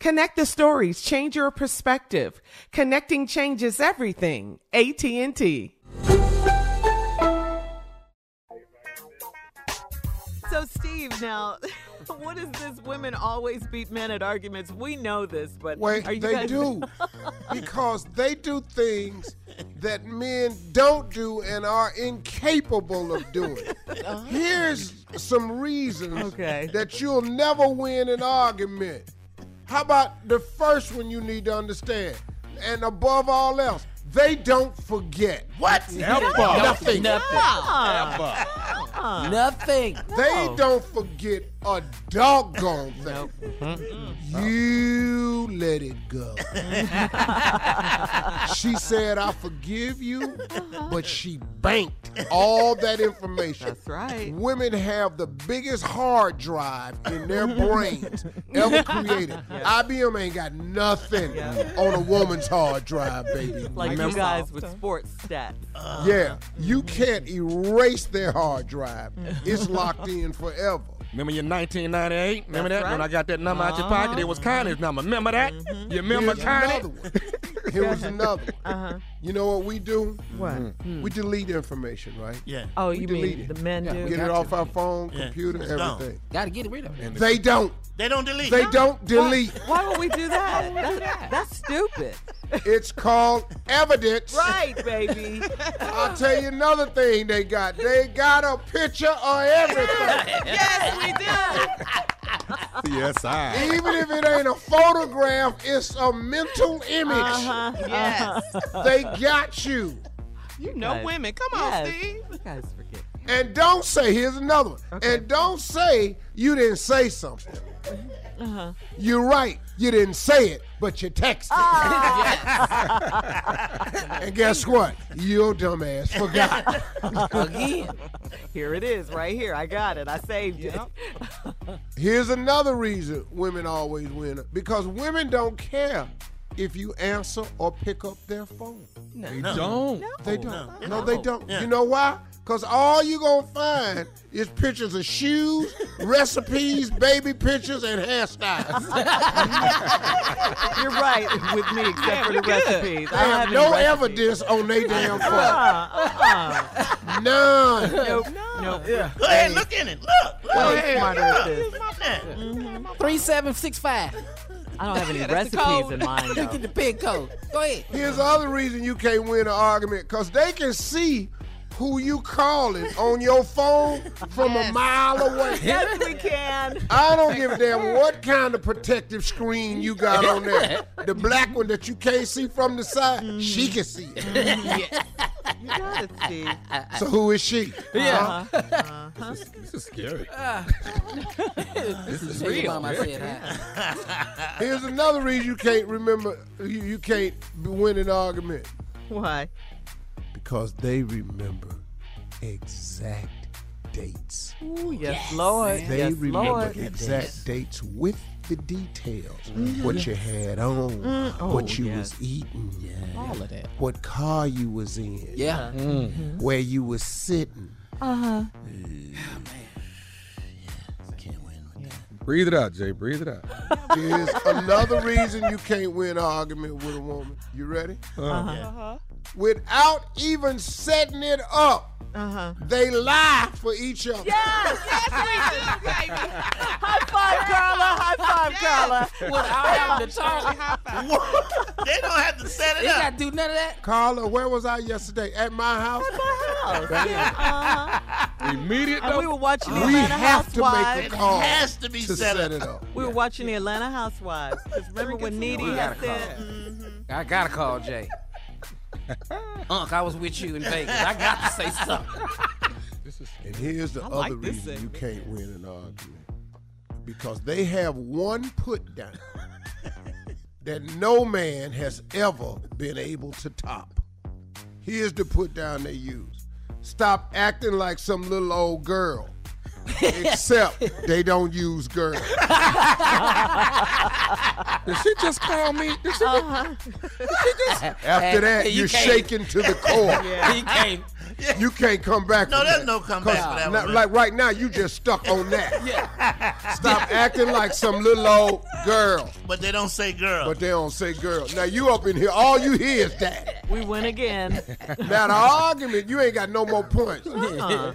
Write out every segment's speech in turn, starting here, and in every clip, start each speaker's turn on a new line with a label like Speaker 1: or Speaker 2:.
Speaker 1: Connect the stories, change your perspective. Connecting changes everything. AT&T.
Speaker 2: So, Steve, now, what is this? Women always beat men at arguments. We know this, but
Speaker 3: Wait,
Speaker 2: are
Speaker 3: they
Speaker 2: you guys-
Speaker 3: do because they do things that men don't do and are incapable of doing. Here's some reasons
Speaker 2: Uh-huh. Okay.
Speaker 3: that you'll never win an argument. How about the first one you need to understand, and above all else, they don't forget. What?
Speaker 4: Never.
Speaker 3: Nothing.
Speaker 2: Ah,
Speaker 4: Nothing.
Speaker 3: They don't forget a doggone thing. You let it go. she said, I forgive you, but she banked all that information.
Speaker 2: That's right.
Speaker 3: Women have the biggest hard drive in their brains ever created. IBM ain't got nothing on a woman's hard drive, baby.
Speaker 2: like you guys with sports stats.
Speaker 3: Yeah, you can't erase their hard drive. It's locked in forever.
Speaker 4: Remember your 1998? Remember
Speaker 2: That's
Speaker 4: that? When
Speaker 2: right.
Speaker 4: I got that number out your pocket, it was
Speaker 5: Uh-huh.
Speaker 4: Connie's number. Remember that? You remember
Speaker 3: Here's another
Speaker 4: Connie?
Speaker 3: one. Here's another one. You know what we do?
Speaker 2: Uh-huh.
Speaker 3: Mm-hmm.
Speaker 2: What? Hmm.
Speaker 3: We delete information, right?
Speaker 4: Yeah.
Speaker 2: Oh,
Speaker 3: We
Speaker 2: you mean
Speaker 3: delete
Speaker 2: the
Speaker 3: it.
Speaker 2: men do?
Speaker 3: Get it off our phone, computer,
Speaker 4: It's gone.
Speaker 3: everything.
Speaker 4: Gotta get rid of it.
Speaker 3: They don't.
Speaker 4: They don't delete.
Speaker 3: They don't delete.
Speaker 2: Why would we do that? That- That's stupid.
Speaker 3: It's called evidence.
Speaker 2: Right, baby.
Speaker 3: I'll tell you another thing they got. They got a picture of everything.
Speaker 2: yes, we do.
Speaker 4: yes, I.
Speaker 3: Even if it ain't a photograph, it's a mental image.
Speaker 2: Uh-huh. Yes.
Speaker 3: They got you.
Speaker 1: You know
Speaker 2: Guys.
Speaker 1: women. Come on,
Speaker 2: yes.
Speaker 1: Steve.
Speaker 2: You guys forget.
Speaker 3: And don't say, here's another one. And don't say you didn't say something. You're right. You didn't say it, but you texted. and guess what? Your dumbass forgot.
Speaker 4: Again.
Speaker 2: Here it is, right here. I got it. I saved it.
Speaker 3: Here's another reason women always win because women don't care if you answer or pick up their phone.
Speaker 4: Don't.
Speaker 3: They don't. No, they don't. You know why? Cause all you gonna find is pictures of shoes, recipes, baby pictures, and hairstyles.
Speaker 6: You're right with me, except for the recipes.
Speaker 3: They
Speaker 6: I don't
Speaker 3: have Uh-uh,
Speaker 6: have
Speaker 3: no
Speaker 6: any recipes.
Speaker 3: evidence on they damn phone. uh-uh. None.
Speaker 6: Nope. Nope.
Speaker 1: Yeah. Go ahead, look in it. Look. Look.
Speaker 6: Way
Speaker 1: Yeah,
Speaker 6: smarter
Speaker 1: yeah.
Speaker 6: at this.
Speaker 1: Look at that.
Speaker 5: Three seven six five.
Speaker 6: I don't have any
Speaker 5: Yeah, that's the
Speaker 6: recipes
Speaker 5: code.
Speaker 6: in mind.
Speaker 5: Look
Speaker 6: Though.
Speaker 5: at the pig code. Go ahead.
Speaker 3: Here's the other reason you can't win an argument, cause they can see who you calling on your phone from a mile away.
Speaker 6: Yes, we can.
Speaker 3: I don't give a damn what kind of protective screen you got on there. The black one that you can't see from the side, she can see it.
Speaker 6: Mm. You got it, Steve.
Speaker 3: So who is she?
Speaker 5: Yeah.
Speaker 3: Huh?
Speaker 7: This is scary.
Speaker 5: this
Speaker 7: is
Speaker 5: Your
Speaker 7: real.
Speaker 5: mama said that.
Speaker 3: Here's another reason you can't remember, you, you can't win an argument.
Speaker 6: Why?
Speaker 3: Because they remember exact dates.
Speaker 6: Ooh, yes, Lord.
Speaker 3: They
Speaker 6: yes,
Speaker 3: remember
Speaker 6: Lord.
Speaker 3: exact dates with the details. What you had on,
Speaker 6: Mm-hmm. Mm. Oh,
Speaker 3: what you
Speaker 6: yes.
Speaker 3: was eating,
Speaker 5: All of that.
Speaker 3: what car you was in, Mm-hmm.
Speaker 5: Yeah.
Speaker 6: Mm-hmm.
Speaker 5: Mhm.
Speaker 3: where you was sitting.
Speaker 5: Uh
Speaker 6: Uh-huh.
Speaker 5: huh.
Speaker 7: Breathe it out, Jay. Breathe it out.
Speaker 3: Here's another reason you can't win an argument with a woman. You ready?
Speaker 7: Uh-huh.
Speaker 3: Without even setting it up,
Speaker 6: Uh-huh.
Speaker 3: they lie for each other.
Speaker 6: Yes, yes, we do, baby. High five, Carla. High five, Carla.
Speaker 5: Without having to Charlie high
Speaker 1: They don't have to set it
Speaker 5: They
Speaker 1: up.
Speaker 5: got to do none of that.
Speaker 3: Carla, where was I yesterday? At my house?
Speaker 6: Uh-huh.
Speaker 7: Immediate.
Speaker 6: And we were watching the
Speaker 3: We
Speaker 6: Atlanta
Speaker 3: have to
Speaker 6: Housewives.
Speaker 3: make a call.
Speaker 1: Has to be
Speaker 3: to
Speaker 1: set, up.
Speaker 3: set it up.
Speaker 6: We were watching the Atlanta Housewives. 'Cause remember when Needy
Speaker 5: We
Speaker 6: had
Speaker 5: gotta
Speaker 6: said,
Speaker 5: call. I gotta call Jay. Unc, I was with you in Vegas. I got to say something.
Speaker 3: And here's the
Speaker 6: I
Speaker 3: other
Speaker 6: like this
Speaker 3: reason you can't win an argument because they have one put down that no man has ever been able to top. Here's the put down they use stop acting like some little old girl. Except they don't use girl.
Speaker 7: Did she just call me? Did she, did she just?
Speaker 3: After that,
Speaker 7: You
Speaker 3: you are
Speaker 7: can't-
Speaker 3: shaking to the core.
Speaker 5: He came.
Speaker 3: You can't come back.
Speaker 1: No,
Speaker 3: from
Speaker 1: there's
Speaker 3: that.
Speaker 1: no comeback for
Speaker 3: 'Cause
Speaker 1: that
Speaker 3: not-
Speaker 1: one.
Speaker 3: Like right now, you just stuck on that. Stop acting like some little old girl.
Speaker 1: But they don't say girl.
Speaker 3: But they don't say girl. Now you up in here, all you hear is that.
Speaker 6: we win again.
Speaker 3: Now the argument, you ain't got no more points.
Speaker 6: Uh-uh.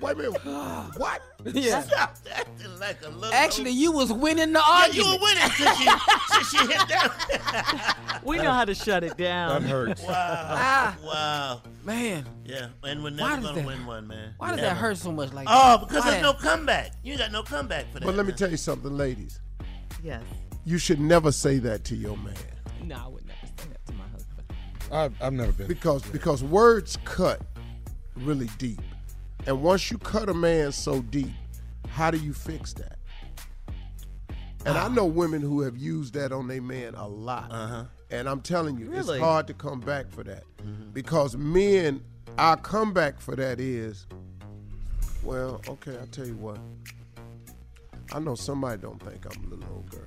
Speaker 3: Wait a minute. What?
Speaker 5: Yeah.
Speaker 1: Stop acting like a little.
Speaker 5: Actually, you was winning the
Speaker 1: yeah, you
Speaker 5: argument.
Speaker 1: were winning since she, since she hit that.
Speaker 6: We know how to shut it
Speaker 7: That
Speaker 6: down. Ah.
Speaker 7: hurts.
Speaker 1: wow. Wow.
Speaker 5: Man,
Speaker 1: Yeah, and we're
Speaker 5: Why
Speaker 1: never
Speaker 5: does
Speaker 1: gonna
Speaker 5: that-
Speaker 1: win one, man.
Speaker 5: why does that
Speaker 1: Never.
Speaker 5: hurt so much like
Speaker 1: Oh,
Speaker 5: that?
Speaker 1: because
Speaker 5: Why
Speaker 1: there's no
Speaker 5: that-
Speaker 1: comeback. You ain't got no comeback for that.
Speaker 3: But let me
Speaker 1: man.
Speaker 3: tell you something, ladies.
Speaker 6: Yes.
Speaker 3: You should never say that to your man
Speaker 5: No, I would never say that to my husband.
Speaker 7: I've, I've never been.
Speaker 3: because because words cut really deep, and once you cut a man so deep, how do you fix that? And
Speaker 5: Ah.
Speaker 3: I know women who have used that on their man a lot.
Speaker 1: Uh-huh.
Speaker 3: And I'm telling you,
Speaker 6: Really?
Speaker 3: it's hard to come back for that.
Speaker 5: Mm-hmm.
Speaker 3: Because men, our comeback for that is, well, okay, I'll tell you what. I know somebody don't think I'm a little old girl.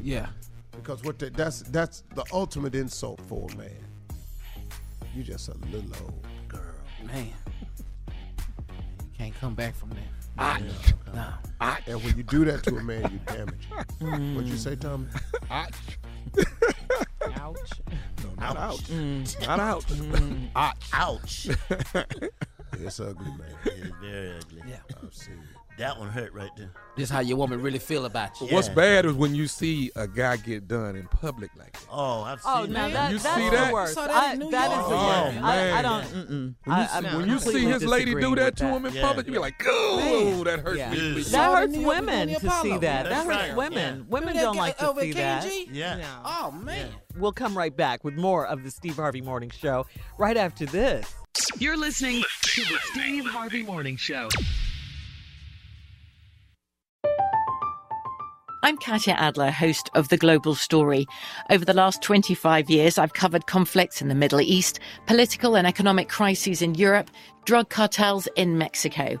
Speaker 5: Yeah.
Speaker 3: Because what the, that's that's the ultimate insult for a man. You just a little old girl.
Speaker 5: Man. Can't come back from that. No.
Speaker 3: And when you do that to a man, you damage him. What'd you say, Tommy?
Speaker 7: Ouch.
Speaker 5: Ouch.
Speaker 7: No, not ouch. Not ouch.
Speaker 1: Ouch.
Speaker 3: It's ugly, man.
Speaker 1: it's very ugly.
Speaker 5: Yeah.
Speaker 3: I've seen it.
Speaker 1: That one hurt right there.
Speaker 5: This how your woman really feel about you.
Speaker 7: What's
Speaker 1: Yeah.
Speaker 7: bad is when you see a guy get done in public like that.
Speaker 1: Oh, I've seen
Speaker 6: Oh, now
Speaker 1: that.
Speaker 6: that,
Speaker 7: You
Speaker 6: that's
Speaker 7: see
Speaker 6: the
Speaker 7: that?
Speaker 6: worst.
Speaker 5: So
Speaker 6: I,
Speaker 5: that New
Speaker 6: that is
Speaker 5: York.
Speaker 6: the worst.
Speaker 7: Oh,
Speaker 6: I, I
Speaker 7: man.
Speaker 6: don't. Mm-mm.
Speaker 7: When you
Speaker 6: I,
Speaker 7: see,
Speaker 6: I
Speaker 7: when you see
Speaker 6: completely
Speaker 7: his lady do
Speaker 6: disagree
Speaker 7: that
Speaker 6: with
Speaker 7: to him in
Speaker 1: Yeah.
Speaker 7: public, you be like, "Ooh, that hurts
Speaker 6: Yeah.
Speaker 7: me."
Speaker 1: Yes.
Speaker 6: That
Speaker 5: Saw it
Speaker 6: hurts
Speaker 5: in New York when we
Speaker 6: women
Speaker 5: went to
Speaker 6: to see
Speaker 5: Apollo.
Speaker 6: that. That
Speaker 1: That's
Speaker 6: hurts
Speaker 1: right.
Speaker 6: women.
Speaker 1: Yeah.
Speaker 6: Women
Speaker 5: Remember
Speaker 6: don't
Speaker 5: that
Speaker 6: like
Speaker 5: guy
Speaker 6: to
Speaker 5: over
Speaker 6: see
Speaker 5: at
Speaker 6: that.
Speaker 5: KMG?
Speaker 1: Yeah.
Speaker 5: Oh man.
Speaker 6: We'll come right back with more of the Steve Harvey Morning Show right after this.
Speaker 8: You're listening to the Steve Harvey Morning Show.
Speaker 9: I'm Katya Adler, host of The Global Story. Over the last 25 years, I've covered conflicts in the Middle East, political and economic crises in Europe, drug cartels in Mexico.